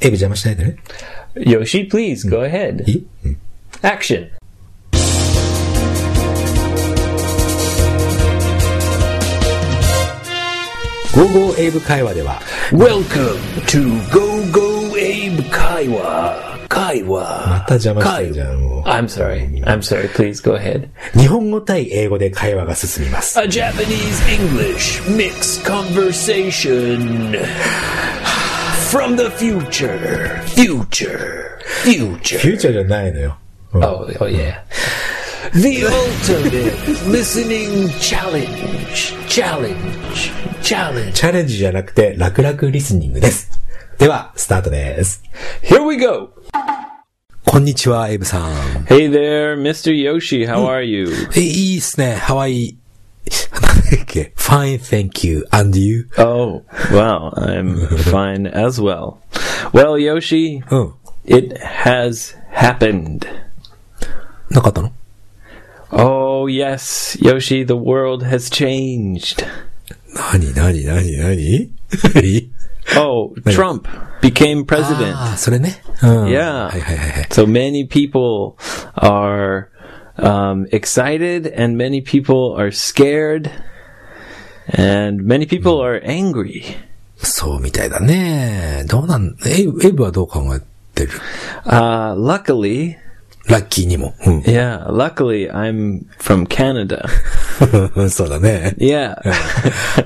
エビ邪魔しないでね。 Yoshi, please go ahead. いいうん Action. ゴーゴーエイブ会話では、 Welcome to Go Go Abe Kaiwa. ま Kaiwa. た邪魔してるじゃん、も I'm sorry. I'm sorry. Please go ahead. う。日本語対英語で会話が進みます。 A Japanese English mixed conversation from the future. Future. フ Future. ューチャーじゃないのよ。うん Oh, oh yeah. The ultimate listening challenge. Challenge. Challenge. チャレンジじゃなくて、楽々リスニングです。では、スタートです。 Here we go. こんにちは、エイブさん。 Hey there, Mr. Yoshi. How are you? えいいっすね、ハワイ。 なんだっけ ?fine, thank you, and you? Oh, wow. I'm fine as well. Well, Yoshi, うん。 it has happened. なかったの Oh, yes, Yoshi, the world has changed. なになになに なに Oh, Trump became president. ああ、それね。うん。 Yeah. はいはいはいはい。 So many people are um, excited and many people are scared and many people are angry. そうみたいだね。どうなん、エイブエイブはどう考えてる Uh, luckily, ラッキーにも。うん。 yeah, luckily I'm from Canada. うん そうだね。 Yeah.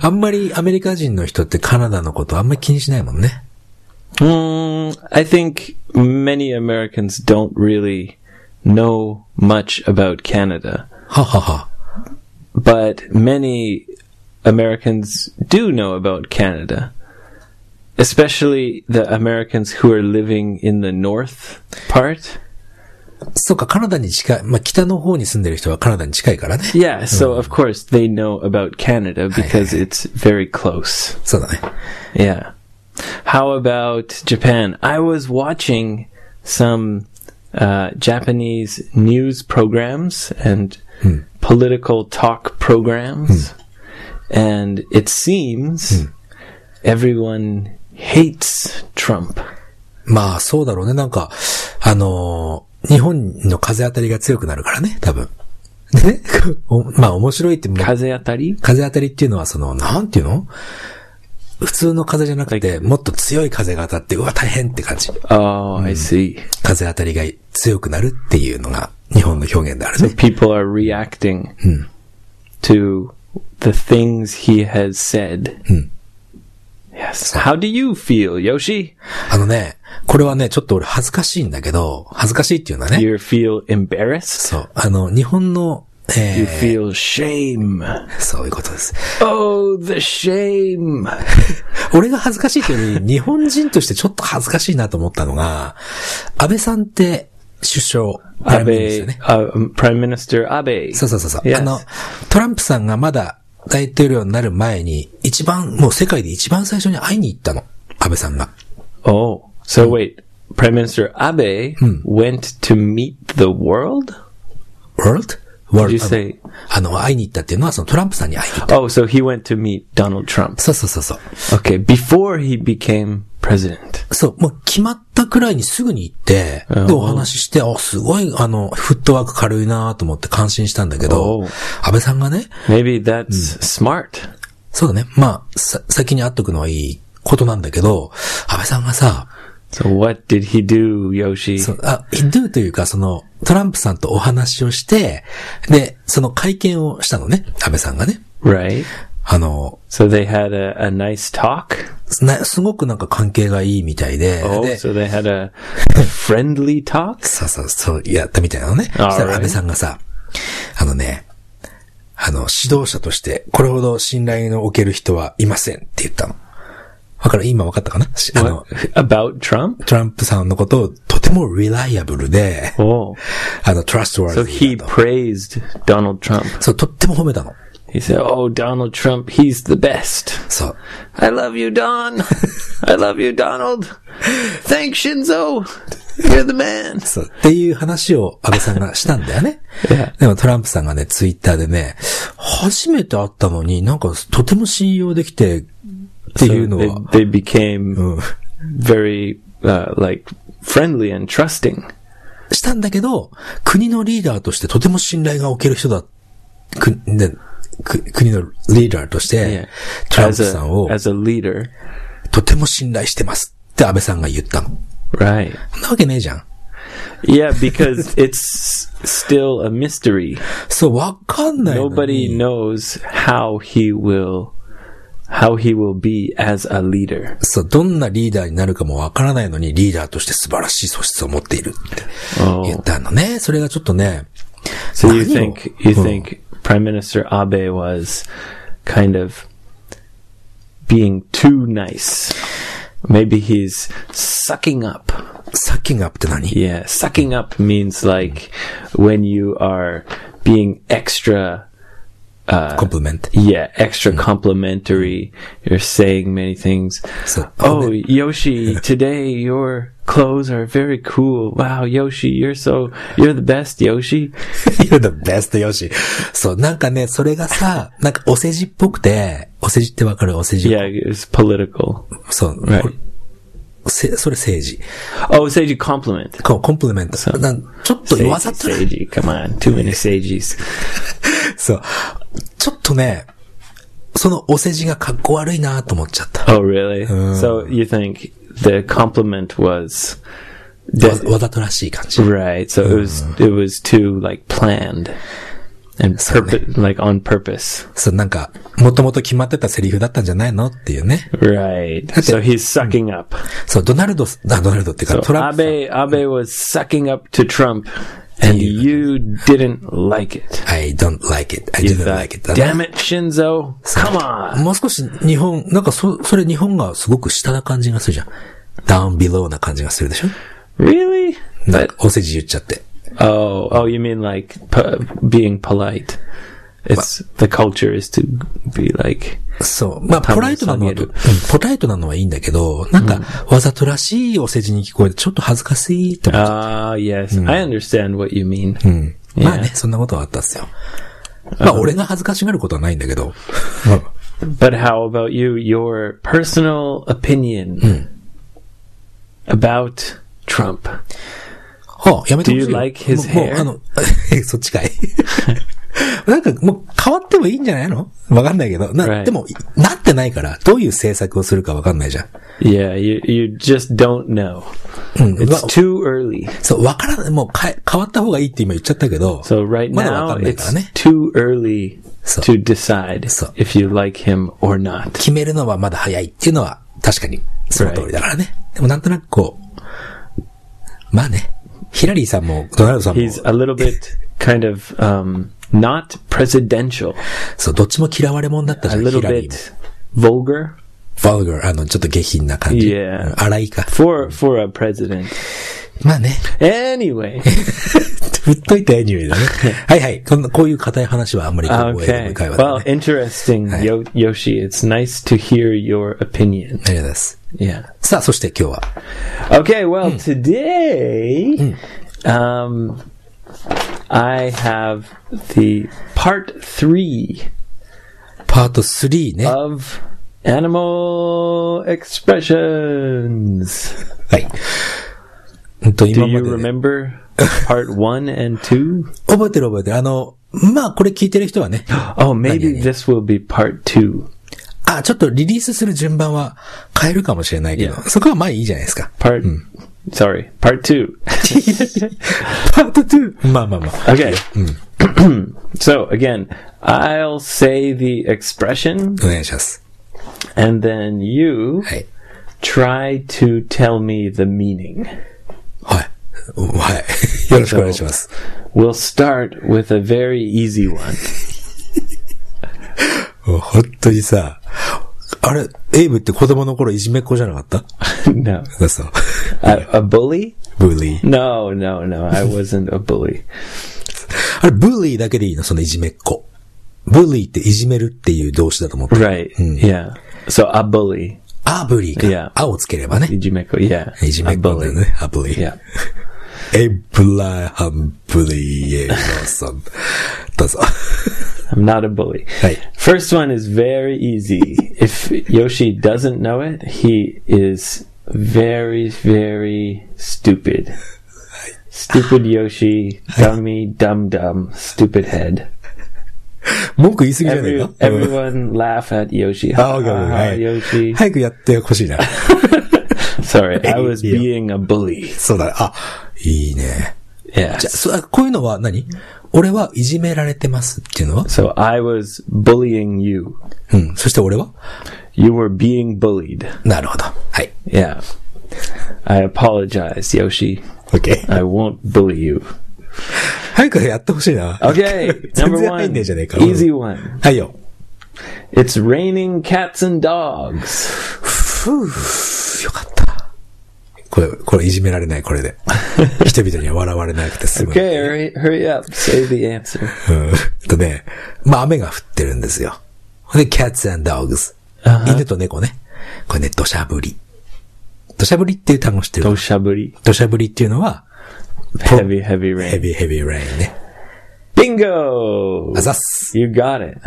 あんまりアメリカ人の人ってカナダのことあんまり気にしないもんね。 Mm, I think many Americans don't really know much about Canada, ははは。 but many Americans do know about Canada. Especially the Americans who are living in the north part. そうか、カナダに近い。まあ、北の方に住んでる人はカナダに近いからね。 Yeah, so of course they know about Canada because it's very close. そうだね。 Yeah. How about Japan? I was watching some uh, Japanese news programs and political talk programs, and it seems everyone hates Trump. まあ、そうだろうね。なんか、あのー日本の風当たりが強くなるからね、多分。でね、おまあ、面白いって、まあ風当たり？風当たりっていうのは、その、なんていうの普通の風じゃなくて、もっと強い風が当たって、うわ、大変って感じ。 Oh, I see. 風当たりが強くなるっていうのが、日本の表現であるね。 People are reacting to the things he has said. Yes. How do you feel, Yoshi? あのね、これはね、ちょっと俺恥ずかしいんだけど、恥ずかしいっていうのはね、 You feel embarrassed? そう、あの、日本の、え You ー feel shame. そういうことです。 Oh, the shame. 俺が恥ずかしいというより、日本人としてちょっと恥ずかしいなと思ったのが、安倍さんって首相、プライムミニスター Abe, ね。 uh, Prime Minister Abe. そうそうそうそう。 Yes. あの、トランプさんがまだ大統領になる前に、一番、もう世界で一番最初に会いに行ったの。安倍さんが。 Oh, so wait. Prime Minister Abe went to meet the world? World? World? you say- あの、会いに行ったっていうのは、そのトランプさんに会いに行った。 Oh, so he went to meet Donald Trump. そうそうそうそう。 Okay, before he became president. そう、もう決まったくらいにすぐに行って、で、お話しして、あ、すごい、あの、フットワーク軽いなと思って感心したんだけど、おう安倍さんがね、 Maybe that's smart. そうだね、まあ、さ、先に会っとくのはいいことなんだけど、安倍さんがさ、 So what did he do, Yoshi? そうあ、do というか、その、トランプさんとお話をして、で、その会見をしたのね、安倍さんがね。 Right? あの、 So they had a, a nice talk. なすごくなんか関係がいいみたいで、 Oh, で so they had a friendly talk? そうそう、そう、やったみたいなのね。そ Alright. したら安倍さんがさ、あのね、あの、指導者として、これほど信頼のおける人はいませんって言ったの。わかる今わかったかなしあの、 What? About Trump? トランプさんのことをとても reliable で、 Oh. あの、 So trustworthy he だと。 praised Donald Trump. そう、とっても褒めたの。 He said, Oh, Donald Trump, he's the best. そう。 I love you, Don. I love you, Donald. Thanks, Shinzo. You're the man. そう。っていう話を安倍さんがしたんだよね Yeah.。でもトランプさんがね、ツイッターでね、初めて会ったのになんかとても信用できて、っていう So のは、Oh. they, they became very uh, like friendly and trusting. したんだけど、国のリーダーとしてとても信頼がおける人だ。くねく国のリーダーとして、トラン As プさん a を as a leader, とても信頼してますって安倍さんが言ったの。 right? そんなわけねえじゃん。 Yeah, because it's still a mystery. そう、わかんないのに。 Nobody knows how he will how he will be as a leader. そう、どんなリーダーになるかもわからないのに、リーダーとして素晴らしい素質を持っているって言ったのね。それがちょっとね。 So you 何を think you うん think Prime Minister Abe was kind of being too nice. Maybe he's sucking up. サッキングアップって何 Yeah, sucking up means like when you are being extra コンプメント。 yeah, extra complimentary. You're saying many things. So- oh, Yoshi, today your clothes are very cool. Wow, Yoshi, you're so you're the best, Yoshi. You're the best, よし。そう、なんかね、それが さ、なんかお世辞っぽくて、お世辞ってわかるお世辞。 Yeah, it's political. そう、 Right. これせそれ政治。 Oh, Seiji compliment. こう、コンプリメント。うなんちょっと Seiji, わざと、 Seiji, come on, too many Seijis. そう。ちょっとね、そのお世辞がかっこ悪いなと思っちゃった。 Oh, really? So you think the compliment was わわざとらしい感じ。 right? So it was it was too like planned and purpo- like on purpose. そう、なんか、もともと決まってたセリフだったんじゃないのっていうね。 Right. So he's sucking up. そう、ドナルド、あ、ドナルドっていうか、 So トランプさん。 Abe Abe was sucking up to Trump, and You- you didn't like it. I don't like it. I You didn't thought, like it. だな Damn it, Shinzo! Come on. もう少し日本、なんかそ、それ日本がすごく下な感じがするじゃん。down below な感じがするでしょ Really? なん But かお世辞言っちゃって。 oh oh, you mean like po- being polite? It's the culture is to be like そう。まあ、多分ポライトなのは、下げうんるポライトなのはいいんだけど、なんか、わざとらしいお世辞に聞こえて、ちょっと恥ずかしいって思っちゃう ah yes. I understand what you mean. まあね Yeah.、そんなことはあったっすよ。まあ、俺が恥ずかしがることはないんだけど。 But how about you? Your personal opinion about Trump? はあ、やめてほしいよ。 Do you like his もうも hair? うあの、 えそっちかい。なんかもう変わってもいいんじゃないのわかんないけど。な、 Right. でも、なってないから、どういう政策をするかわかんないじゃん。 Yeah, you you just don't know. うん。わ It's too early. そう、わからない。もう変え、変わった方がいいって今言っちゃったけど。 So right まだわ now かんないから it's ね。 too early So- to decide So- if you like him or not. 決めるのはまだ早いっていうのは、確かに、その通りだからね。でもなんとなくこう、まあね、ヒラリーさんも、ドナルドさんも、 He's a little bit kind of um, not presidential, そう、どっちも嫌われ者だったじ a ゃん、ヒ little ラリーも。 bit vulgar バルガー、あの、ちょっと下品な感じ。 Yeah. うん荒いか。 for for a president. まあね。 Anyway, 振っといて、ニュー だね。はいはい。こんな、こういう硬い話はあんまりこう、公営 okay. の会話でね Well, interesting, Yo- Yoshi. It's nice to hear your あ opinion. りがとうございます。 Yeah. さあ、そして今日は。 Okay, well, Hmm. today um, I have the part three パート3ね。は of animal expressions. い。うんと、 Do 今 you までね、 remember part one and two? 覚えてる覚えてる。あの、まあ、これ聞いてる人は ね。 Oh, maybe this will be part two. あ、ちょっとリリースする順番は変えるかもしれないけど、 Yeah. そこはまあいいじゃないです か。 Part, sorry, part two. パート 2! まあまあまあ。 Okay. Hmm. so again, I'll say the expression お願いします。 and then you はい。 try to tell me the meaning. はい。はい。よろしくお願いします。 We'll start with a very easy one. もう本当にさ、あれ、エイブって子供の頃いじめっ子じゃなかった no. そう そう。 A, a bully? ブリー。 No, no, no. I wasn't a bully. あれ、ブリーだけでいいのそのいじめっ子。ブリーっていじめるっていう動詞だと思って。 Right. Yeah. So a bully. あ、ブリー Yeah. か。あをつければね。 Ijimeko. Yeah. いじめ A っ子だよ bully. ね。あ、ブリー。 Yeah. エブラハム・ブリー・エロソン。どうぞ。 I'm not a bully. Hey. First one is very easy. if Yoshi doesn't know it, he is very, very stupid. Stupid Yoshi, dummy, dumb, dumb, stupid head. 文句言い過ぎじゃねえ Every, か、うん everyone laugh at Yoshi. あ、オッケーオッ Ha, ha, ケ ha, ーはい Yoshi. 早くやってほしいな。 Sorry, I was Yeah. being a bully. そうだね。あ、いいね。じゃあ、 Yes. そあこういうのは何俺はいじめられてますっていうのは So I was bullying you. うん。そして俺は You were being bullied. なるほど。はい。 Yeah. I apologize, Yoshi. OK。 I won't bully you. 早くやってほしいな。 Okay, 全 number 然入ん one. ねえじゃねえか。 Easy one. はいよ。 It's raining cats and dogs. ふぅ、よかった。これ、これいじめられない、これ で。人々には笑われなくて済む。 Okay, hurry, hurry up. Say the answer. うん。えっとね、まあ雨が降ってるんですよ。で、cats and dogs. 犬と猫ね。これね、土砂降り。土砂降りっていう単語知ってる。 Toshaburi. 土砂降りっていうのは、 Heavy, heavy rain. heavy, heavy rain ね。 Bingo! あざっす。 You got it.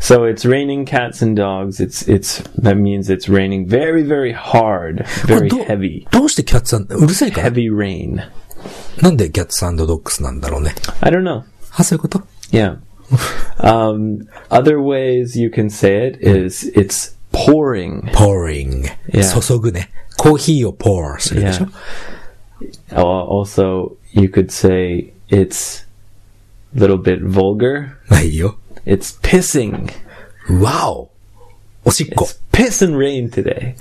So it's raining cats and dogs. It's it's that means it's raining very very hard, これ very ど heavy, どうしてキャッツうるさいから heavy rain. なんでキャッツドッグスなんだろうね。 I don't know. あ、そういうこと Yeah. um, other ways you can say it is it's pouring. pouring. Yeah. 注ぐね。コーヒーを pour するでしょ Yeah. Uh, Also, you could say it's a little bit vulgar. ないよ。 It's pissing. わおおしっこ It's。piss and rain today.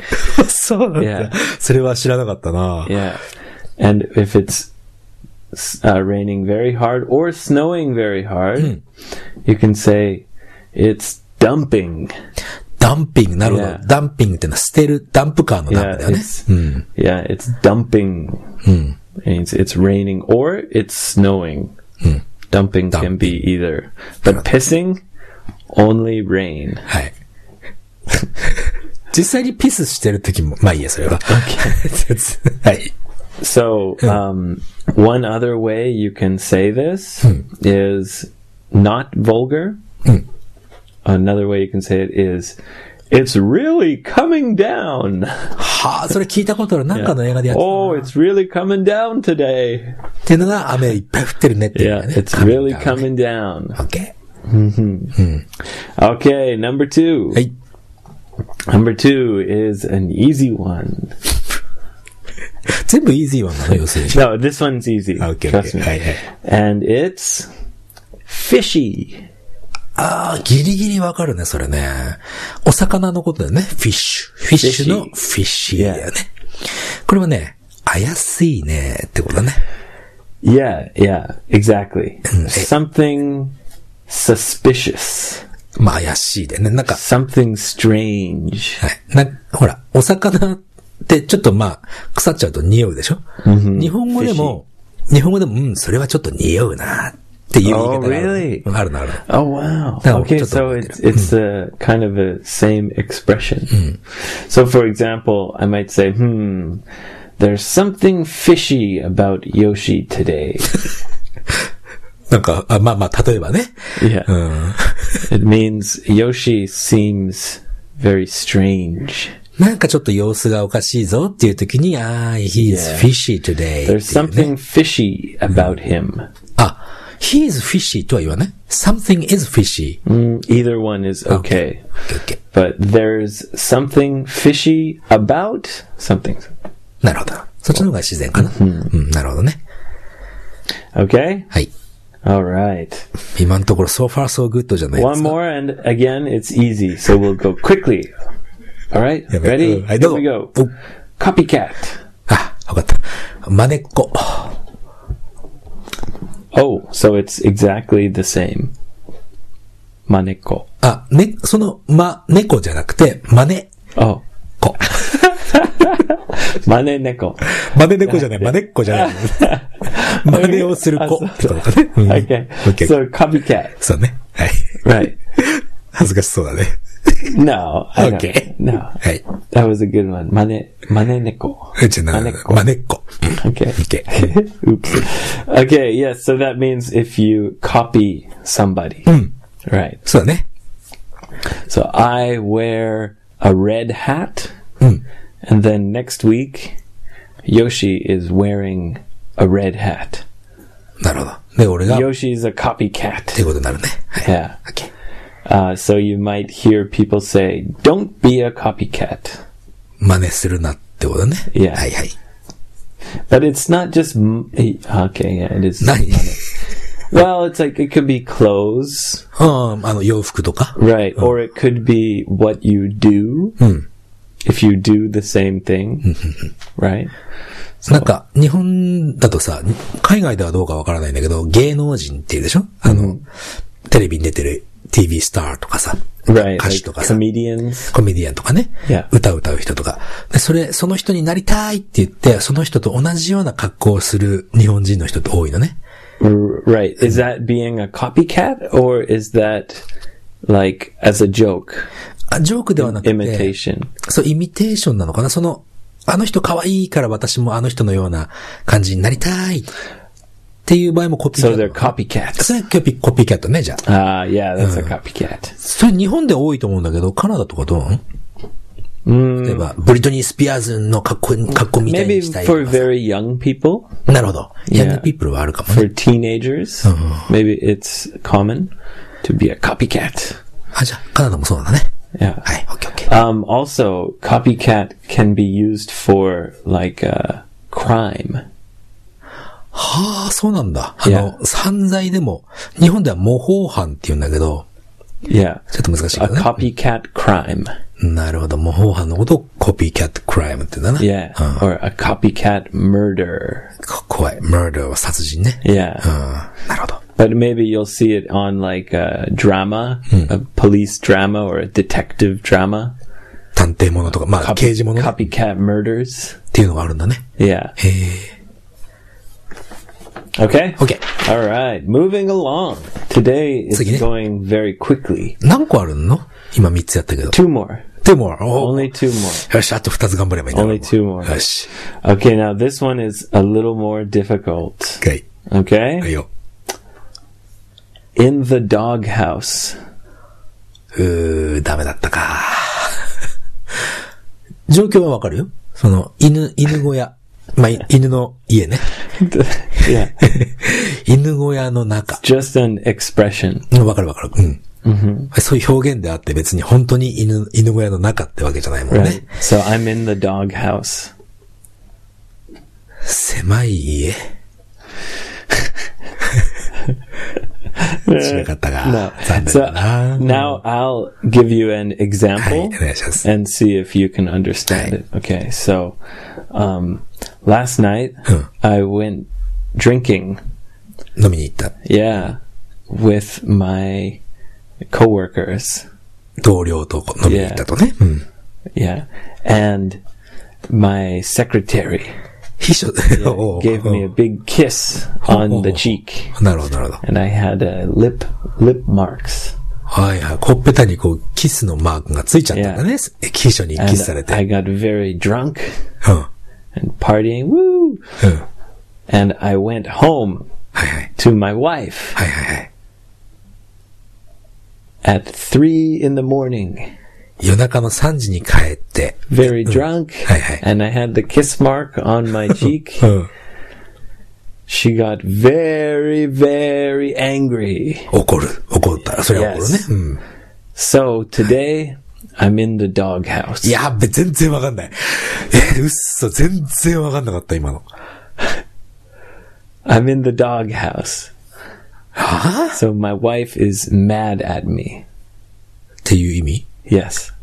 そうなんだ Yeah. それは知らなかったな Yeah. And if it's s- uh, raining very hard or snowing very hard, you can say it's dumping. ダンピング、なるほど。 Yeah. ダンピングってのは捨てる、ダンプカーのダン Yeah, プだよね。 it's, hmm. yeah, it's dumping. Means it's raining or it's snowing. Hmm. Dumping, can be either. But pissing, only rain. はい。実際にピスしてる時も、まあいいや、それは。 はい。 So, um, one other way you can say this is not vulgar. Another way you can say it is, it's really coming down. はあ、それ聞いたことある。なんかの映画でやってたな Oh, it's really coming down today. っていうのが、雨いっぱい降ってるねっていう Yeah, ね。 it's really coming down. OK。 Okay, number two. はい。 Number two is an easy one. 全部イージーワンな の、要するに。 No, this one's easy. OK, Trust OK. はいは me. い。 And it's fishy. ああ、ギリギリわかるね、それね。お魚のことだよね。フィッシュ。フィッシュのフィッシーだよね。これはね、怪しいねってことだね。 Yeah, yeah, exactly. Mm, Something suspicious. まあ怪しいでね。なんか、 Something strange. はい。な、ほら、お魚ってちょっとまあ、腐っちゃうと匂うでしょ、日本語でも、日本語でも、うん、それはちょっと匂うなっていう言い方がある、ね Oh, really? あるのあるの。 Oh wow. No, okay, just so a- it's it's a kind of a same expression. Mm. So for example, I might say, "Hmm, there's something fishy about Yoshi today." なんか、あまあまあ、例えばね。 Yeah. うん。 It means Yoshi seems very strange. なんかちょっと様子がおかしいぞっていう時に、ああ、he's Yeah. fishy today っていうね There's something fishy about Hmm. him. あ、he is fishy とは言わない ?something is fishy. Mm, either one is okay. Okay, okay. but there's something fishy about something. なるほど。そっちの方が自然かな。うん、なるほどね。 Okay? はい。 All right. 今のところ so far so good じゃないです One か。 more, and again, it's easy, so we'll go quickly. All right? Yeah, but, Ready? uh, I Here don't- we go. Oh. Copycat. あ、わかった。まねっこ。 Oh, so it's exactly the same. Maneko. あ、ね、その、ま、猫じゃなくて、まね Oh, っこ。 maneneko. まね猫じゃない、まねっこじゃない。 まねをする子ってことかね。うん Okay. Okay. So copycat. そうね。はい。 Right. 恥ずかしそうだね。 No. I don't- Okay. No. はい。 That was a good one. Mane maneneko. じゃあ、まねっこまねっこ。 Okay. OK。 Oops. Okay, yes, so that means if you copy somebody. Right. そうだね。 So I wear a red hat And then next week, Yoshi is wearing a red hat. なるほど。で、俺が、っ Yoshi is a てい copycat. うことになるね。はい。 Yeah. OK。 Uh, so you might hear people say, don't be a copycat. 真似するなってことね。 Yeah. はいはい。 But it's not just. M- okay, yeah, it is. 何 Well, it's like it could be clothes, うん、あの、洋服とか。 right? Or it could be what you do. If you do the same thing, right? なんか、日本だとさ、海外ではどうかわからないんだけど、芸能人っていうでしょあの、テレビに出てる TV スターとかさ、 Right. 歌手と Like かさ、 comedians. コメディアンとかね、 Yeah. 歌を歌う人とか。で、それ、その人になりたいって言って、その人と同じような格好をする日本人の人って多いのね。 R- Right. Is that being a copycat or is that like as a joke? あジョークではなくて、 Imitation. そう、イミテーションなのかなその、あの人可愛いから私もあの人のような感じになりたいっていう場合もコピーキャ So ットな they're のか。 copycats. それはコピーコピーキャットね、じゃあ。 Ah, yeah, that's a copycat. それ日本で多いと思うんだけど、カナダとかどう例えば、ブリトニー・スピアーズの格好、格好みたい Hmm, Maybe にしたい for とか。 very young people, なるほど。ヤング Yeah. ピープルはあるかもね。 for teenagers, maybe it's common to be a copycat. あ、じゃあ、カナダもそうだね。 Yeah. はい、オッケーオッケー。 Um, also, copycat can be used for like uh, crime. はあ、そうなんだ。あ Yeah. の、犯罪でも、日本では模倣犯って言うんだけど、 Yeah, ちょっと難しいけ a どね。 copycat crime. なるほど。模倣犯のことをコピーキャットクライムって言うんだな。 Yeah, うん or a copycat murder. こ怖い。murder は殺人ね。う Yeah, ん。なるほど。 but maybe you'll see it on like a drama, a police drama or a detective drama. 探偵物とか、まあ、刑事物っ copycat murders. ていうのがあるんだね。 Yeah. へえ。 Okay. OK。 All right. Moving along. Today Sige. is going very quickly. 何個あるの今3つやったけど。 Two more. でも、お Only two more. よし、あと2つ頑張ればいいんだ。 Only two more. よし。 Okay, now this one is a little more difficult. 一回、はい Okay? よ。 In the doghouse. うー、ダメだったか。 状況はわかるよ。その、犬、犬小屋。 まあ、い犬の家ね。 yeah. 犬小屋の中。 Just an expression. うんわかるわかる。うん。そういう表現であって別に本当に犬、犬小屋の中ってわけじゃないもん Right. ね。 So I'm in the doghouse. 狭い家。知らなかったが No.。残念 So だな。 now I'll give you an はい、お example 願いします。 and see if you can understand Right. it. Okay, so um, last night Huh. I went drinking, 飲みに行った。 yeah, with my coworkers. 同僚と飲みに行ったとね。うん。 Yeah. And my secretary 秘書、 おう gave me a big kiss on the cheek. なるほど、なるほど。 And I had uh, lip lip marks. はいはい。ほっぺたにこう、キスのマークがついちゃったんだね。秘書にキ And スされて。 I got very drunk うん。うん。 and partying, woo! はい And I went home はい。 to my wife はいはいはい。 at three in the morning, 夜中の3時に帰って。 very drunk. Hey, hey. And I had the kiss mark on my cheek. うん。 she got very, very angry. 怒る。怒ったら、それは怒るね。 Yes. うん。 So today, I'm in the doghouse. やっべ、全然わかんない。え、うっそ、全然わかんなかった、今の。 I'm in the doghouse. はぁっ So my wife is mad at me. ていう意味 Yes.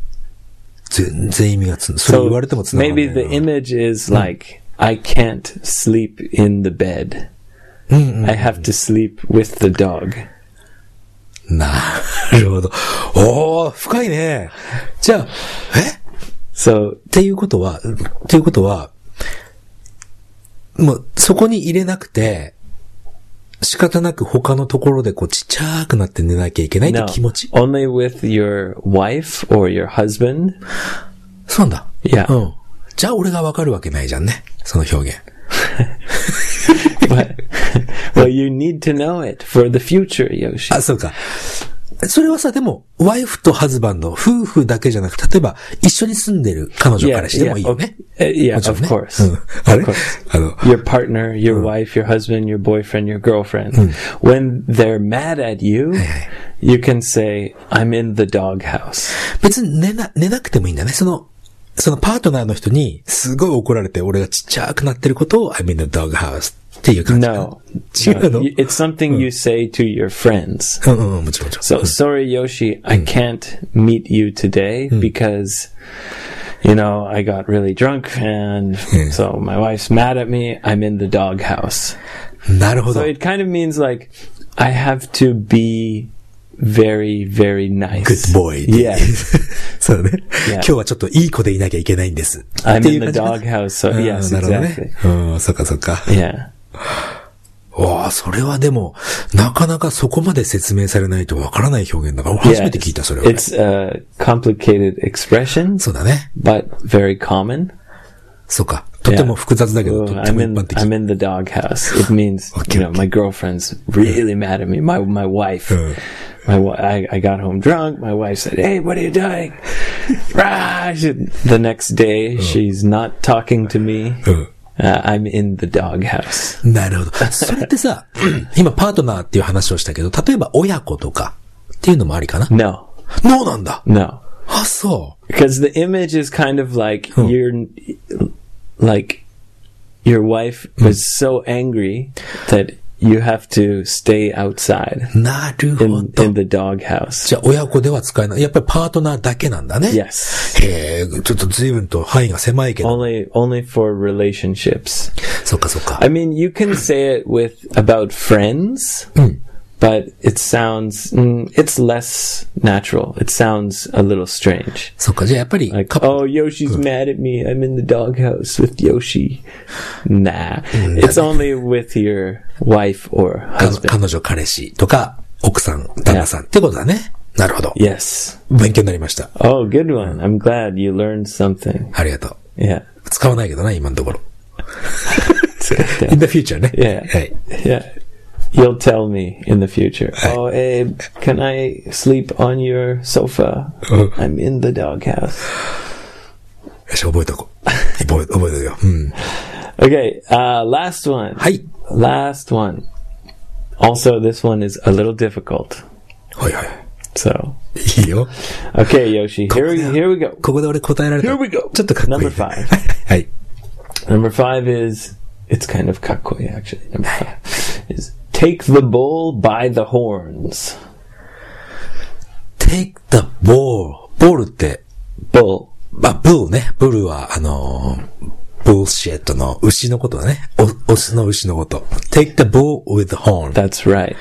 全然意味がつん、それ So 言われてもつながんな maybe い the な。 image is like, I can't sleep in the bed. I have to sleep with the dog. なるほど。おー、深いね。じゃあ、え So っていうことは、っていうことは、もう、そこに入れなくて、仕方なく他のところでこうちっちゃくなって寝なきゃいけないって気持ち。 Only with your wife or your husband. そうなんだ。いやうん。じゃあ俺がわかるわけないじゃんね。その表現。 But, well, you need to know it for the future, Yoshi. あ、そうか。それはさ、でも、ワイフとハズバンド、夫婦だけじゃなく、例えば、一緒に住んでる彼女 Yeah, からしてもいい yeah, よね。 okay. Uh, yeah, もちろん of ね。 course. うんあれ Of course. あの、 Your partner, your Mm. wife, your husband, your boyfriend, your girlfriend. When they're mad at you, you can say, I'm in the doghouse. 別に寝な、寝なくてもいいんだね。その、そのパートナーの人に、すごい怒られて、俺がちっちゃくなってることを、I mean the doghouse って いう感じかな。 No. 違うの No, you- It's something Mm. you say to your friends. うんうんうん、もちろんもちろん。 So, sorry, Yoshi, Mm. I can't meet you today because, you know, I got really drunk and so my wife's mad at me. I'm in the doghouse. なるほど So。it kind of means like I have to be very, very nice. good boy. Yeah. そうだね。今日はちょっといい子でいなきゃいけないんです。 I'm ってい in う the 感じかな doghouse. So うん yes, なるほどね exactly.。うん、そっかそっか。 Yeah. わあ、それはでも、なかなかそこまで説明されないとわからない表現だから、俺 Yeah. 初めて聞いた、それは。 It's a complicated expression, そうだね。 but very common. そうか。とても複雑だけど、 Ooh, とって I'm も一 in 般的。 I'm in the doghouse. It means Okay, you know okay. my girlfriend's really mad at me. My my wife. Uh. My wi- I, I got home drunk. My wife said, "Hey, what are you doing?" Rah! She- the next day, she's not talking to me. Uh. Uh, I'm in the doghouse. なるほど。それって さ、今パートナーっていう話をしたけど、例えば親子とかっていうのもありかな No, ノーなんだ no, あ、そ because the image is kind of like you're like your wife was so angry that you have to stay outside う。なるほ in, ど in。the doghouse. じゃあ親子では使えない。やっぱりパートナーだけなんだね。 Yes. へえ、ちょっと随分と範囲が狭いけど。 Only only for relationships. そっかそっか。 I mean, you can say it with about friends, but it sounds mm, it's less natural. It sounds a little strange. そっか、じゃあやっぱり、 Like, カップ oh, Yoshi's mad at me. I'm in the doghouse with Yoshi. Nah, it's only with your wife or 彼 husband. 彼女、彼氏とか、奥さん、旦那さんってことだね。なるほど。 Yes. 勉強になりました。 Oh, good one. I'm glad you learned something. ありがと Yeah. う。使わないけどな、今のと ころ。in the future ね。 Yeah. はい。 Yeah. You'll tell me in the future. Oh, Abe, can I sleep on your sofa? Oh. I'm in the doghouse. よし、覚えとこう。 覚え、覚えとくよ。うん。 Okay, uh, last one. はい。 Last one. Also, this one is a little difficult. はいは So, い。いいよ。 okay, Yoshi, here we, on. here we go. ここで俺答えられた。 Here we go. ちょっとかっこいいね。 Number five. はい。 Number five is it's kind of kakoi actually. Number five is take the bull by the horns. take the ball. ボールって、 Bull. まあ、ブルね。ブルは、あのー、ブルシェットの牛のことだね。お、オスの牛のこと。take the ball with the horn. That's right.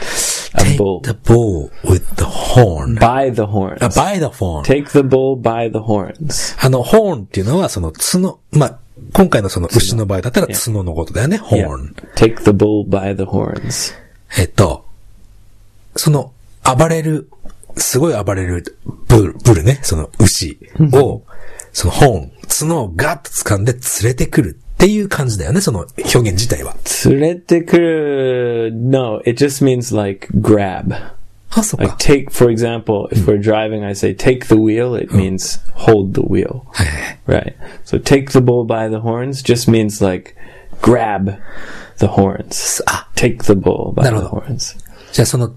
A Take bull the bull with the horn. by the horns. あ by the horn. Take the bull by the horns. あの、horn っていうのは、その、角、まあ、今回のその牛の場合だったら角のことだよね、horn。 Take the bull by the horns. えっと、その、暴れる、すごい暴れるブル、ブルね、その牛を、その horn、角をガッと掴んで連れてくるっていう感じだよね、その表現自体は。連れてくる- No, it just means like grab. あ、そっ Like か。 take, for example, if we're driving, I say take the wheel, Oh. it means hold the wheel. はいはいはい。 Right. So take the bull by the horns just means like grab the horns. あ、 Take the bull by the なるほど。 horns. じゃあその、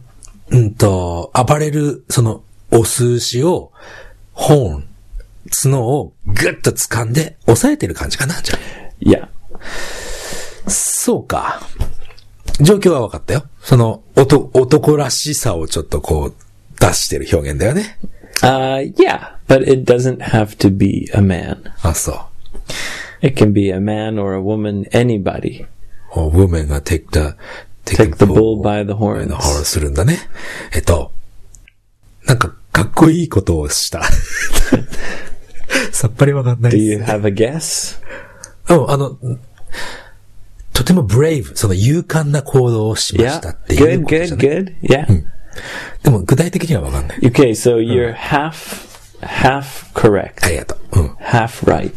うんと、暴れる、その、お寿司を、ホーン、角をぐっと掴んで、押さえてる感じかな、じゃ Yeah. あそうか。状況は分かったよ。その、おと、男らしさをちょっとこう、出してる表現だよね。 Uh, yeah, but it doesn't have to be a man. あ、そう。 It can be a man or a woman, anybody. お、woman が take the, Take the bull by the の horns. のホールするんだね。えっと、なんか、かっこいいことをした。 さっぱりわかんないです。Do you have a guess? うん、あの、とても brave、その勇敢な行動をしました Yeah. っていう Good, ことじゃ good, ない。 good. Yeah. でも具体的にはわかんない。 Okay, so you're half half あ correct. りがとう。うん。 Half right.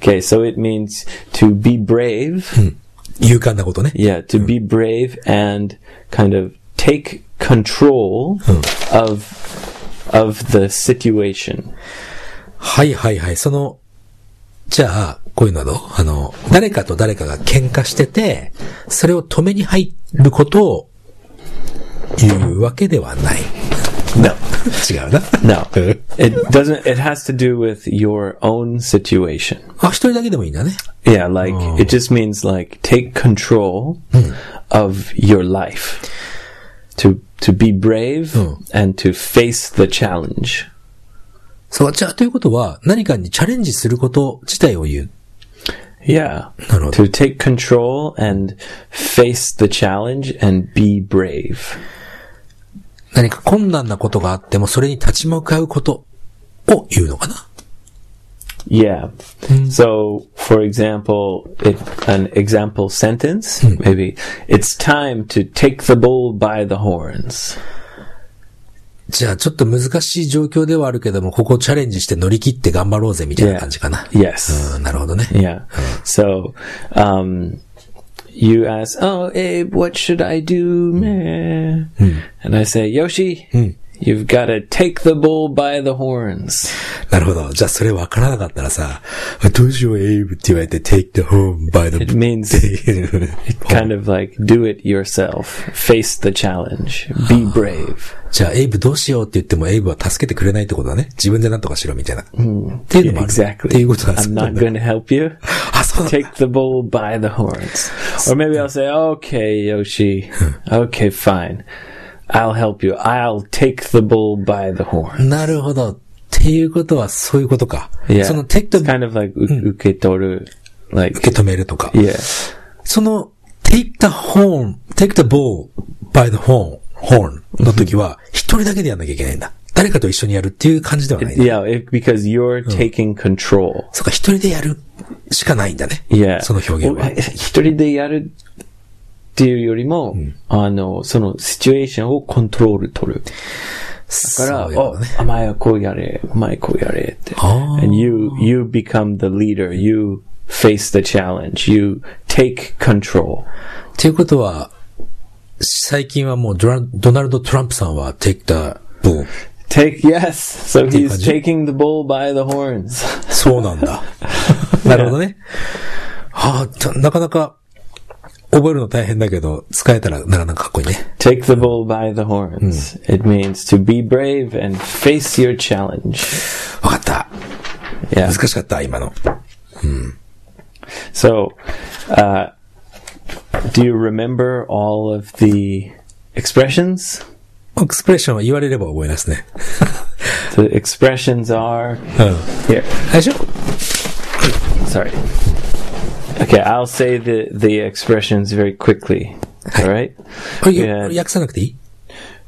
Okay, so it means to be brave. 勇敢なことね。 Yeah, to be brave and kind of take control of of the situation. はいはいはい。その、じゃあ、こういうのだと、あの、誰かと誰かが喧嘩してて、それを止めに入ることを言うわけではない。 No, 違うな。 no, うん it doesn't. It has to do with your own situation. あ、一人だけでもいいんだね。 Yeah, like it just means like take control of your life. To to be brave Mm. and to face the challenge. そう、じゃあ、ということは、何かにチャレンジすること自体を言う。 Yeah. なるほど。 To take control and face the challenge and be brave. 何か困難なことがあっても、それに立ち向かうことを言うのかな。 Yeah. So, for example, if an example sentence, maybe it's time to take the bull by the horns. じゃあ、ちょっと難しい状況ではあるけども、ここをチャレンジして乗り切って頑張ろうぜ、みたいな感じかな。 Yes. うん、なるほどね。 Yeah. So, um, you ask, "Oh, Abe, what should I do?" Meh." And I say, "Yoshi, you've got to take the bull by the horns." なるほど。じゃあ、それ分からなかったらさ、どうしよう、エイブって言われて、take the home by the... It means っていう kind of like do it yourself, face the challenge, be brave. じゃあ、エイブどうしようって言っても、エイブは助けてくれないってことだね。自分で何とかしろ、みたいな。っていうのもある。ってい Exactly. うことなんです I'm not going to help you. あ、そうなんだ。 Take the bull by the horns. Or maybe I'll say, okay, Yoshi. Okay, fine. I'll help you. I'll take the bull by the horn. なるほど。っていうことは、そういうことか。 Yeah. その、take the It's kind of like u- uketoru. Like, 受け止めるとか。 yeah. その、take the horn, take the ball by the horn, horn の時は、一人だけでやんなきゃいけないんだ。誰かと一緒にやるっていう感じではないんだ。 Yeah, it, because you're taking control. そうか、一人でやるしかないんだね。 Yeah. その表現 は。お一人でやるっていうよりも、あの、そのシチュエーションをコントロール取る。から、そういうことね。お、お前はこうやれ、お前こうやれって。あー。 And you, you become the leader. You face the challenge. You take control. っていうことは、最近はもうドラドナルド・トランプさんは take the bull。 Take, yes. So he's っていう感じ？ taking the bull by the horns. そうなんだ。 なるほどね。はあ、たなかなか覚えるの大変だけど、使えたらなかなかかっこいいね。 Take the bull by the horns. Hmm. It means to be brave and face your challenge. わかった。 Yeah. 難しかった、今の。 So, uh, do you remember all of the expressions? エクスプレッションは言われれば覚えますね。 The expressions are うん。 here. 最初 Sorry. Okay, I'll say the the expressions very quickly. All right, これ、いやこれ訳さなくていい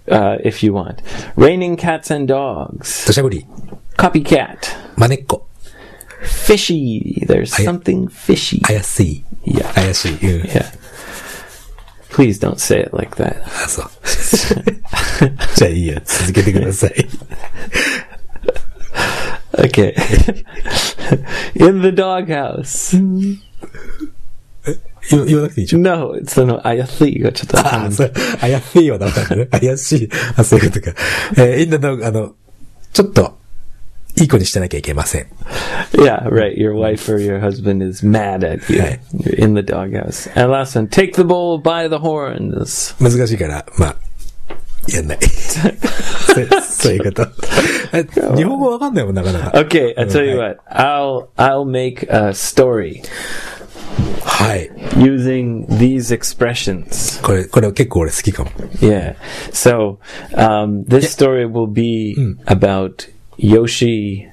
uh, if you want. Raining cats and dogs. 土砂降り、 Copycat. まねっこ、 Fishy. There's I- something fishy. 怪しい、 Yeah. 怪しい。うん。 Yeah. Please don't say it like that. あ、そう。じゃあいいや、続けてください。 Okay. In the doghouse. 言わ言わなくていいでしょ No, it's an I think I ああ、そう、怪しいはダメなんだね。怪しい。あ、そういうことか。えー、インドの、あの、ちょっと、いい子にしてなきゃいけません。 Yeah, right. Your wife or your husband is mad at you. Right. You're in the doghouse. And last one, take the bull by the horns. 難しいから、まあ、やん ない。そうそういうこと。え日本語わかんないもん、なかなか。 Okay, I tell you Right. what. I'll I'll make a story はい。 using these expressions. これ、これ結構俺好きかも。 Yeah. So um, this story will be about Yoshi,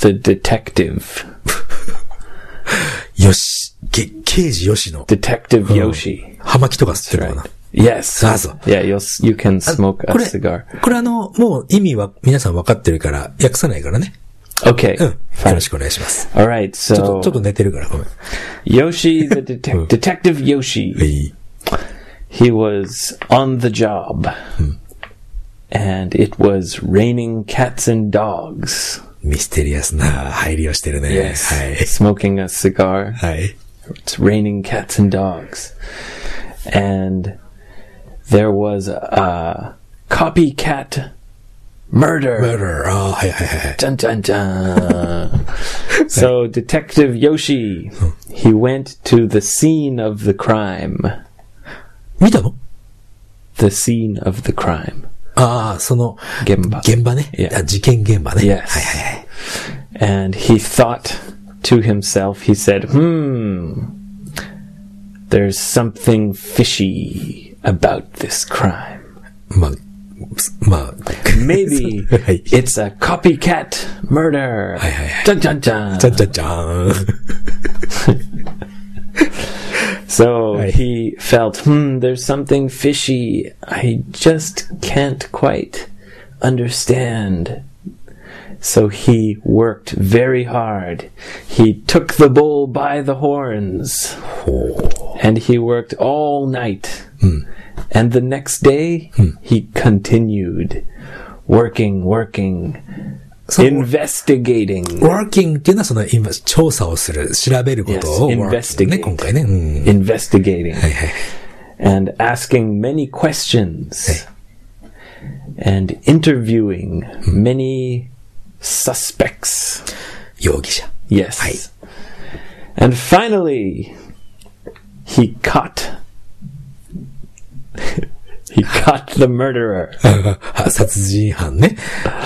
the detective. よし、け、刑事よしの、 Detective Yoshi. 葉巻とか吸ってる Right. のか Yes. Zazo. Yeah, you'll s- you can な。 smoke こ a れ cigar. これあの、もう意味は皆さんわかってるから、訳さないからね。 Okay. うん。よ Oh, Fine. ろしくお願いします。 All right. ちょ So っと、ちょっと寝てるから、ごめん。 Yoshi, the detec- detective Yoshi, いい。 he was on the job, and it was raining cats and dogs. ミステリアスな配慮をしてるね。 smoking a はい。cigar. はい。 It's raining cats and dogs, and there was a, copycat murder. murder. ああ、はいはいはいはい。 Dun dun dun. so Detective Yoshi, he went to the scene of the crime. 見たの The scene of the crime. ああ、その、 Gemba. 現場ね。 Yeah. あ事件現場ね。 Yes. はいはいはい。 And he thought to himself, he said, hmm, there's something fishy about this crime. まあ、すまあ、 Maybe はい。 it's a copycat murder. はいはいはい。 Dun dun dun. じゃんじゃんじゃーん。 So Right. he felt, hmm, there's something fishy. I just can't quite understand. So he worked very hard. He took the bull by the horns. And he worked all night. And the next day, he continued working, working, その investigating. working っていうのはその今、調査をする、調べることを Yes, working ね、 investigate 今回ね。うん。はい investigating. はい。 and asking many questions and interviewing many suspects. 容疑者。 Yes. And finally, he caught. he caught the murderer. あ殺人犯ね。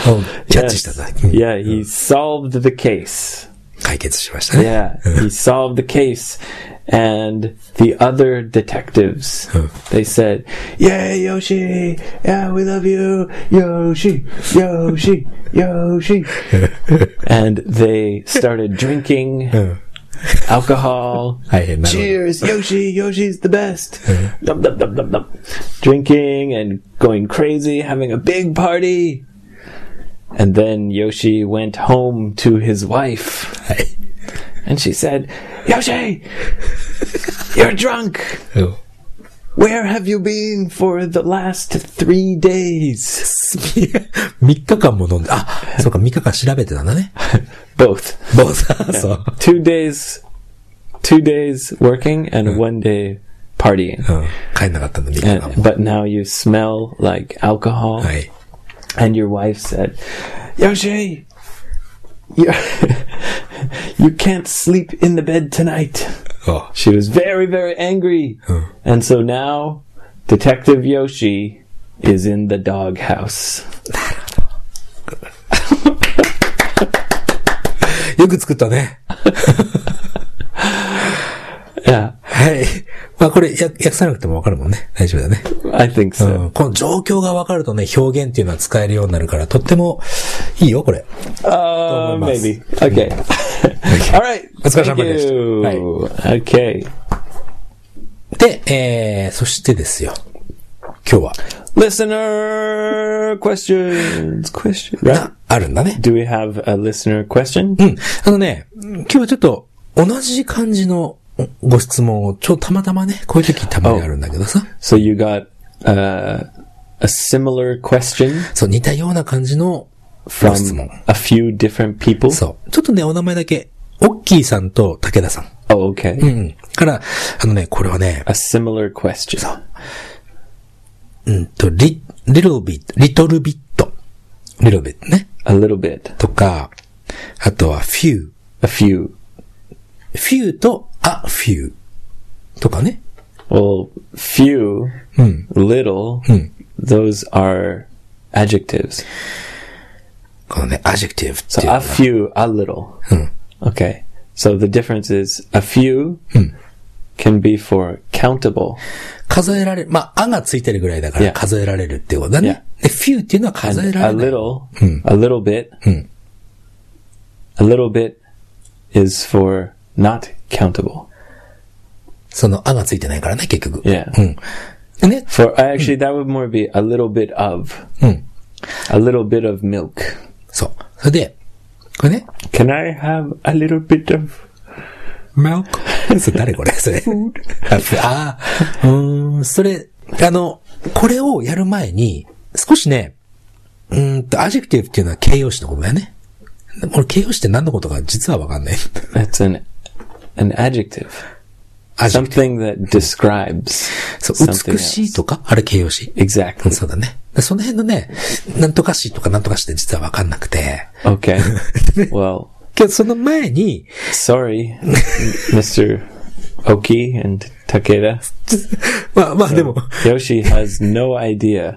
うんキャッチしたんだ。うん Yeah, he solved the case. 解決しましたね。 Yeah, he solved the case. And the other detectives, they said, "Yay, Yoshi! Yeah, we love you, Yoshi, Yoshi, Yoshi." and they started drinking alcohol. 大変なのに Cheers, Yoshi! Yoshi's the best. Dum, dum, dum, dum, dum. Drinking and going crazy, having a big party. And then Yoshi went home to his wife. はい。 And she said, Yoshi, you're drunk. うん Where have you been for the last three days? 3日間も飲んで、あ、そうか、3日間調べてたんだね。 Both. 坊さん、そう。 Two days, two days working and one day partying. うん。帰んなかったんだ、3日間 And, も。 but now you smell like alcohol. はい。 And your wife said, Yoshi, you you can't sleep in the bed tonight. お She was very, very angry. And so now, Detective Yoshi is in the doghouse. よく作ったね。 Yeah, はい。まあこれ、や訳さなくてもわかるもんね。大丈夫だね。 I think う so. ん。この状況がわかるとね、表現っていうのは使えるようになるから、とってもいいよ、これ。 Uh, Don't worry maybe. Okay. All right. Let's go, Thank Jean-Baptiste. you. Okay. で、えー、そしてですよ。今日は、 Listener questions. Question. Right? な、あるんだね。 Do we have a listener question? うん。あのね、今日はちょっと、同じ感じのご質問を、ちょ、たまたまね、こういう時たまにあるんだけどさ。 So you got uh, a similar question そう、似たような感じのご質 from 問。 a few different people. そう。ちょっとね、お名前だけ、オッキーさんと武田さん。 Oh, okay. うん。から、あのね、これはね、 A similar question. うんと、リ、リトルビット、リトルビット。リトルビットね。 A little bit. とか、あとは、フュー。 A few. フューと、あ、フュー。とかね。 Well, few, little, those are adjectives. このね、アジェクティブって So いうの a が。 few, a little. Okay. So the difference is a few can be for countable 数えられる。まあ、あがついてるぐらいだから、 Yeah. 数えられるってことだね。で、フューっていうのは and 数えら a れる。 little, a little bit. A little bit is for not countable. その、あがついてないからね、結局。 Yeah. うん。でね、 For I actually that would more be a little bit of. A little bit of milk. そう。それで、これね、 Can I have a little bit of milk. それ誰これそれ。ああー、うーん、それ、あの、これをやる前に、少しね、うーんと、アジェクティブっていうのは形容詞のことだよね。俺、形容詞って何のことか実はわかんない。 That's an an adjective. あアジェクティ Something that describes ブ。そう、 something 美し else. いとか、あれ形容詞。 Exactly. そうだね。その辺のね、なんとか詞とかなんとか詞って実はわかんなくて。 Okay. well, けどその前に、 sorry, Mr. Oki and Takeda. まあまあでも、 Yoshi has no idea.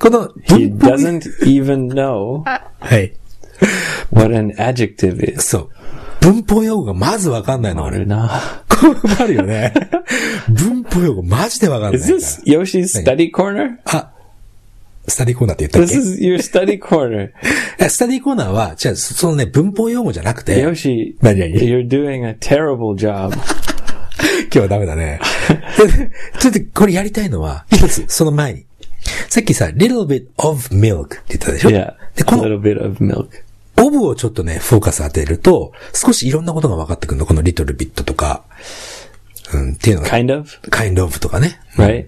この He 文法に doesn't even know はい。 what an adjective is. そう。文法用語がまずわかんないの、俺。 Aruna. 困るよ ね。文法用語マジでわかんない Is から。 this Yoshi's study corner? あ、スタディコーナーって言っ This たっ is your study corner. けえスタディコーナーは、じゃあ、そそのね、文法用語じゃなくて、今 Yoshi, Manuel. you're doing a terrible job. 日はダメだ ね。でちょっとこれやりたいのは、一つ、その前に。さっきさ、little bit of milk って言ったでしょ Yeah, で、こ a の little bit of milk. オブをちょっとね、フォーカス当てると、少しいろんなことが分かってくるの。このリトルビットとか、うん、っていうのが、 Kind of, カインドオブとかね。 right?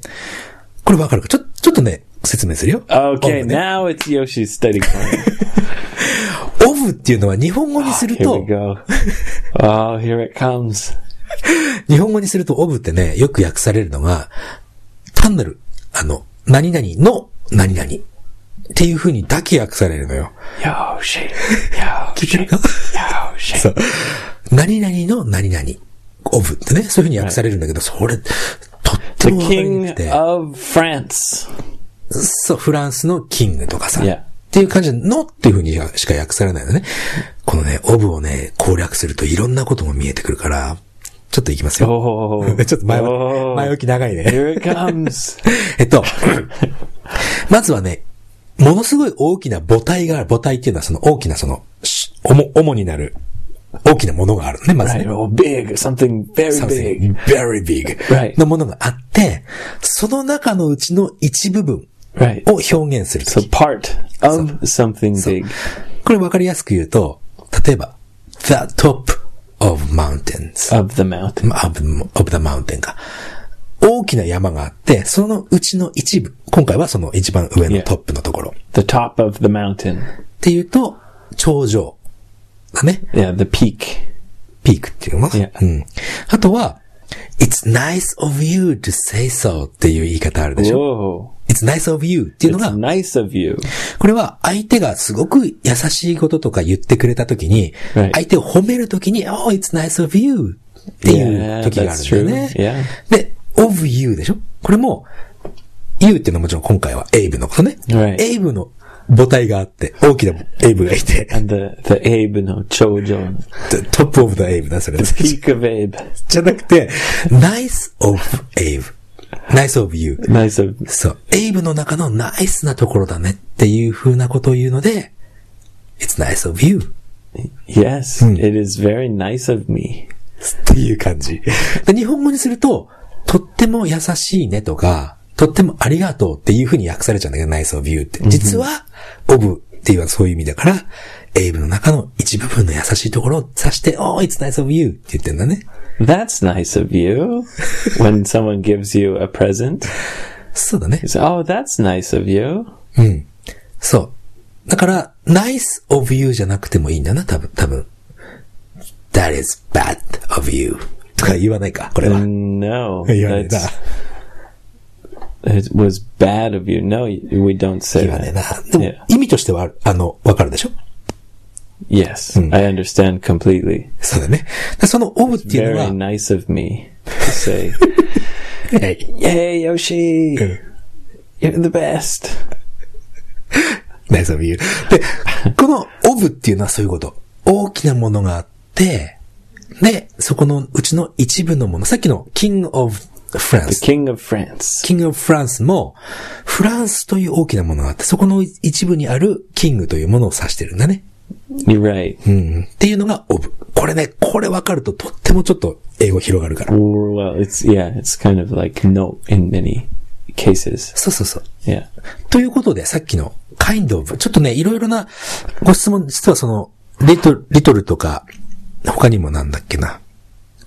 これ分かるかちょ、ちょっとね、説明するよ。 Okay, オブね now it's Yoshi's study corner. オブっていうのは日本語にする Here と we、go. Oh, here it comes. 日本語にするとオブってね、よく訳されるのが、単なる、あの、何々の何々っていう風にだけ訳されるのよ。 Yoshi, Yoshi, Yoshi. そう。何々の何々、オブってね、そういう風に訳されるんだけど、それ、とっても The わかりに king くくて、 of France. そう、フランスのキングとかさ、 Yeah. っていう感じで、のっていう風にしか訳されないのね。このね、オブをね、攻略するといろんなことも見えてくるから、ちょっといきますよ。Oh, ちょっと前置き oh. 前置き長いね。 Here it comes. えっと、まずはね、ものすごい大きな母体がある。母体っていうのはその大きなその、し主、主になる、大きなものがあるのね、まず Right, ね。 oh, big, something very big. something very big Right. のものがあって、その中のうちの一部分 Right. を表現すると So き。 part of something big. これわかりやすく言うと、例えば、the top of mountains. of the mountain. of, of the mountain か。大きな山があって、そのうちの一部。今回はその一番上の Yeah. トップのところ。 The top of the mountain. っていうと、頂上だね。 Yeah, the peak. ピークっていうのいやうん。あとは、It's nice of you to say so っていう言い方あるでしょ Whoa. ?It's nice of you っていうの It's が、 nice of you. これは相手がすごく優しいこととか言ってくれたときに、 Right. 相手を褒めるときに、Oh, it's nice of you ってい Yeah, う時があるんだよね。 that's で、of you でしょこれも、you っていうのはもちろん今回はエイブのことね。 Right. エイブの母体があって、大きなエイブがいて、 And the, the Abe, no, Chojo. The top of the Abe だ、それ。 Peak of Abe. じゃなくて、nice of Abe. nice of you. Nice of, そう。Abe の中のナイスなところだねっていう風なことを言うので、it's nice of you. yes, it is very nice of me. っていう感じ。で日本語にすると、とっても優しいねとか、とってもありがとうっていう風に訳されちゃうんだけど、nice of you って。実は、of っていうのはそういう意味だから、Abe の中の一部分の優しいところを指して、oh, it's nice of you って言ってんだね。 That's nice of you. when someone gives you a present, そうだね you。say, oh, that's nice of you. そう。だから、nice of you じゃなくてもいいんだな、多分、多分。that is bad of you とか言わないか、これは。 No, 言わねえな that's,。it was bad of you. No, we don't say 言わねえ that. な。でも Yeah.、意味としてはある、あの、わかるでしょ Yes, I understand completely. そうだね。でその of っていうの Very は、 nice of me to say, はい。 Yay, Yoshi! You're the best. nice of you. で、この of っていうのはそういうこと。大きなものがあって、で、そこのうちの一部のもの、さっきの king of France The King of France. キング・オブ・フランスも、フランスという大きなものがあって、そこの一部にあるキングというものを指してるんだね。 You're right. うん。っていうのがオブ。これね、これわかるととってもちょっと英語広がるから。 Well, it's, yeah, it's kind of like no in many cases. そうそうそう。 Yeah. ということで、さっきの kind of、ちょっとね、いろいろなご質問、実はその、リトル、リトルとか、他にもなんだっけな。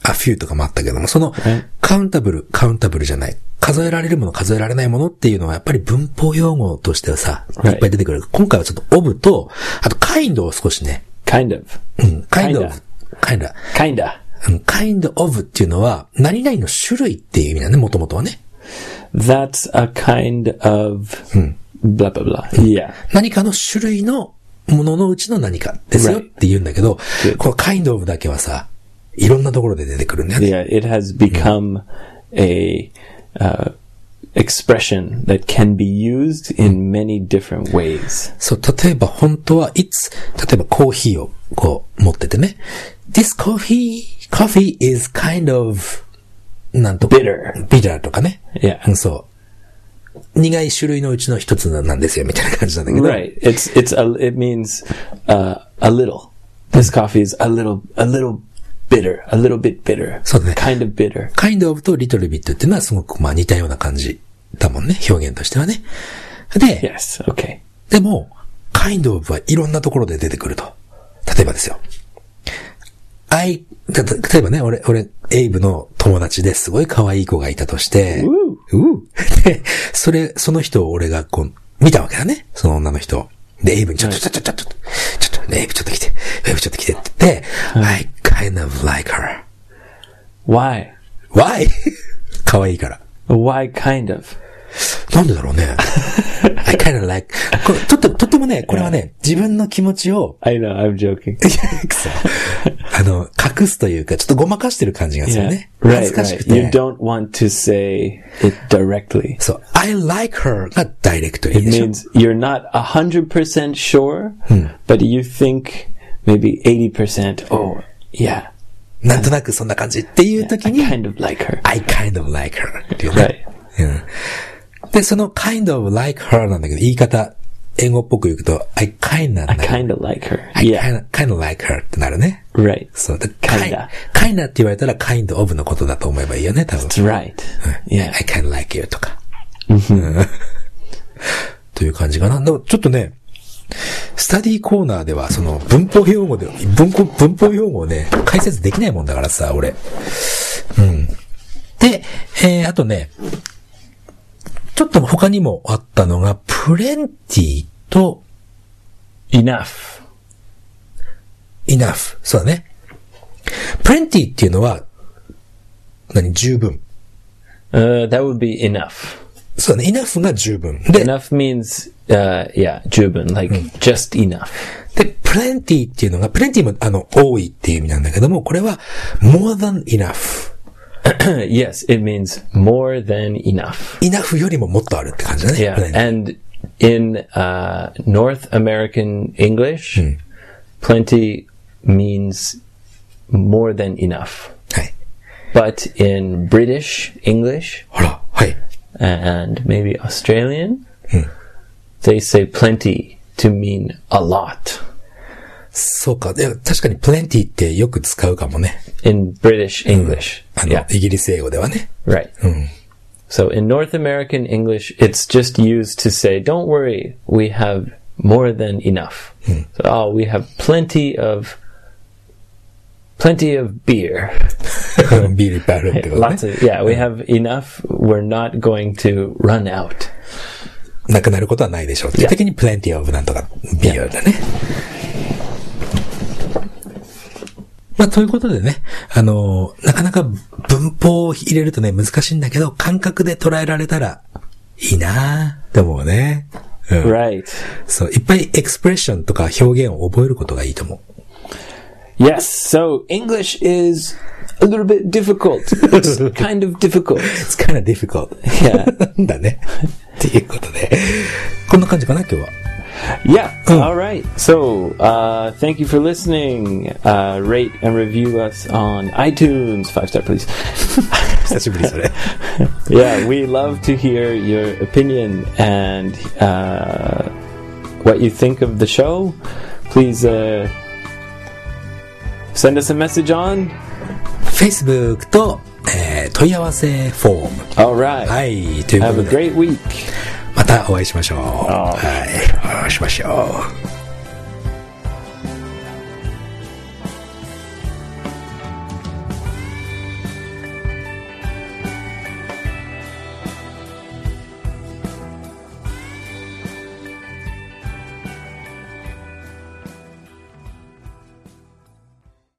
あ、フューとかもあったけども、そのえ、カウンタブル、カウンタブルじゃない。数えられるもの、数えられないものっていうのは、やっぱり文法用語としてはさ、いいっぱい出てくる。今回はちょっとオブと、あとカインドを少しね、 Kind of. うん、カインド Kinda カインド。 Kinda. うん kind of っていうのは、何々の種類っていう意味なんね、もともとはね。 That's a kind of blah blah blah. Yeah. 何かの種類のもののうちの何かですよ Right. って言うんだけど Good.、この kind of だけはさ、いろんなところで出てくるんだよね。 Yeah, it has become a uh, expression that can be used in many different ways. そう、例えば本当は、いつ、例えばコーヒーをこう持っててね。This coffee, coffee is kind of, なんとか。 Bitter. bitter とかね。 Yeah. うんそう。苦い種類のうちの一つなんですよ、みたいな感じなんだけど。 Right. It's it's a it means uh, a little. This coffee is a little a little bitter, a little bit bitter. そうだね。 Kind of bitter. kind of と little bit っていうのはすごくまあ似たような感じだもんね、表現としてはね。で、 Yes. Okay. でも、kind of はいろんなところで出てくると。例えばですよ。I, た例えばね、俺、俺、エイブの友達ですごい可愛い子がいたとして、うう で、それ、その人を俺がこう、見たわけだね。その女の人を。で、エイブにちょっと、ちょっと、ちょっと、ちょっと、ちょっと、エイブちょっと来て、エイブちょっと来てって言って、I kind of like her. Why? Why? 可愛いから。 Why kind of? なんでだろうね。I kind of like. これとっても、とってもね、これはね、自分の気持ちを、 I know, I'm joking. いやくそあの、隠すというか、ちょっとごまかしてる感じがする Yeah. ね。恥 Right, ずかしく right. て。 You don't want to say it directly. そう。I like her がダイレクト It にでしょ。 means you're not 100% sure, but you think maybe 80%. Oh, yeah. なんとなくそんな感じっていう時 I に、 kind of like her. I kind of like her っていうね。 Right. うん、で、その kind of like her なんだけど、言い方、英語っぽく言うと、I kind of なんだ I kind of like her. I Yeah. kind of, kind of like her ってなるね。 Right. そう。だ Kinda カイナって言われたら kind of のことだと思えばいいよね、多分。 That's right. Yeah. I kind of like you とか。うんという感じかな。でもちょっとね、スタディーコーナーでは、その文法用語で、文法、文法用語をね、解説できないもんだからさ、俺。うん。で、えー、あとね、ちょっと他にもあったのが、プレンティと Enough. enough. そうだね。プレンティっていうのは、何十分。 Uh, that would be enough. そうだね。enough が十分。で、 Enough means, uh, yeah, Jubin, like just enough. で、plenty っていうのが、plenty もあの、多いっていう意味なんだけども、これは more than enough。 yes, it means more than enough. enough よりももっとあるって感じだね。 Yeah. plenty And in uh, North American English, plenty means more than enough. はい。 But in British English ほら、はい。 and maybe Australian, they say plenty to mean a lot. そうか。で確かに plenty ってよく使うかもね。 In British English. あの、 Yeah. イギリス英語ではね。 Right. So in North American English, it's just used to say, don't worry, we have more than enough. So, oh, we have plenty of, plenty of beer. ビールいっぱいあるってことね Lots。of, yeah, we have enough. We're not going to run out. なくなることはないでしょう。っていう時に plenty of なんとかビールだね。まあ、ということでね、あのーなかなか文法を入れるとね、難しいんだけど、感覚で捉えられたらいいなぁって思うね。うん。 Right. そう、いっぱいエクスプレッションとか表現を覚えることがいいと思う。 Yes. So English is a little bit difficult. It's kind of difficult. It's kind of difficult. Yeah. だね。っていうことで、こんな感じかな、今日は。 Yeah. Oh. All right. So, uh, thank you for listening. Uh, rate and review us on iTunes. Five star, please. 久しぶり、それ。 yeah, we love to hear your opinion and uh, what you think of the show. Please uh, send us a message on. Facebook と、えー問い合わせフォーム。 All right. はい、というこ Have と a で、 great week. またお会いしましょう。あーはい、お会いしましょう。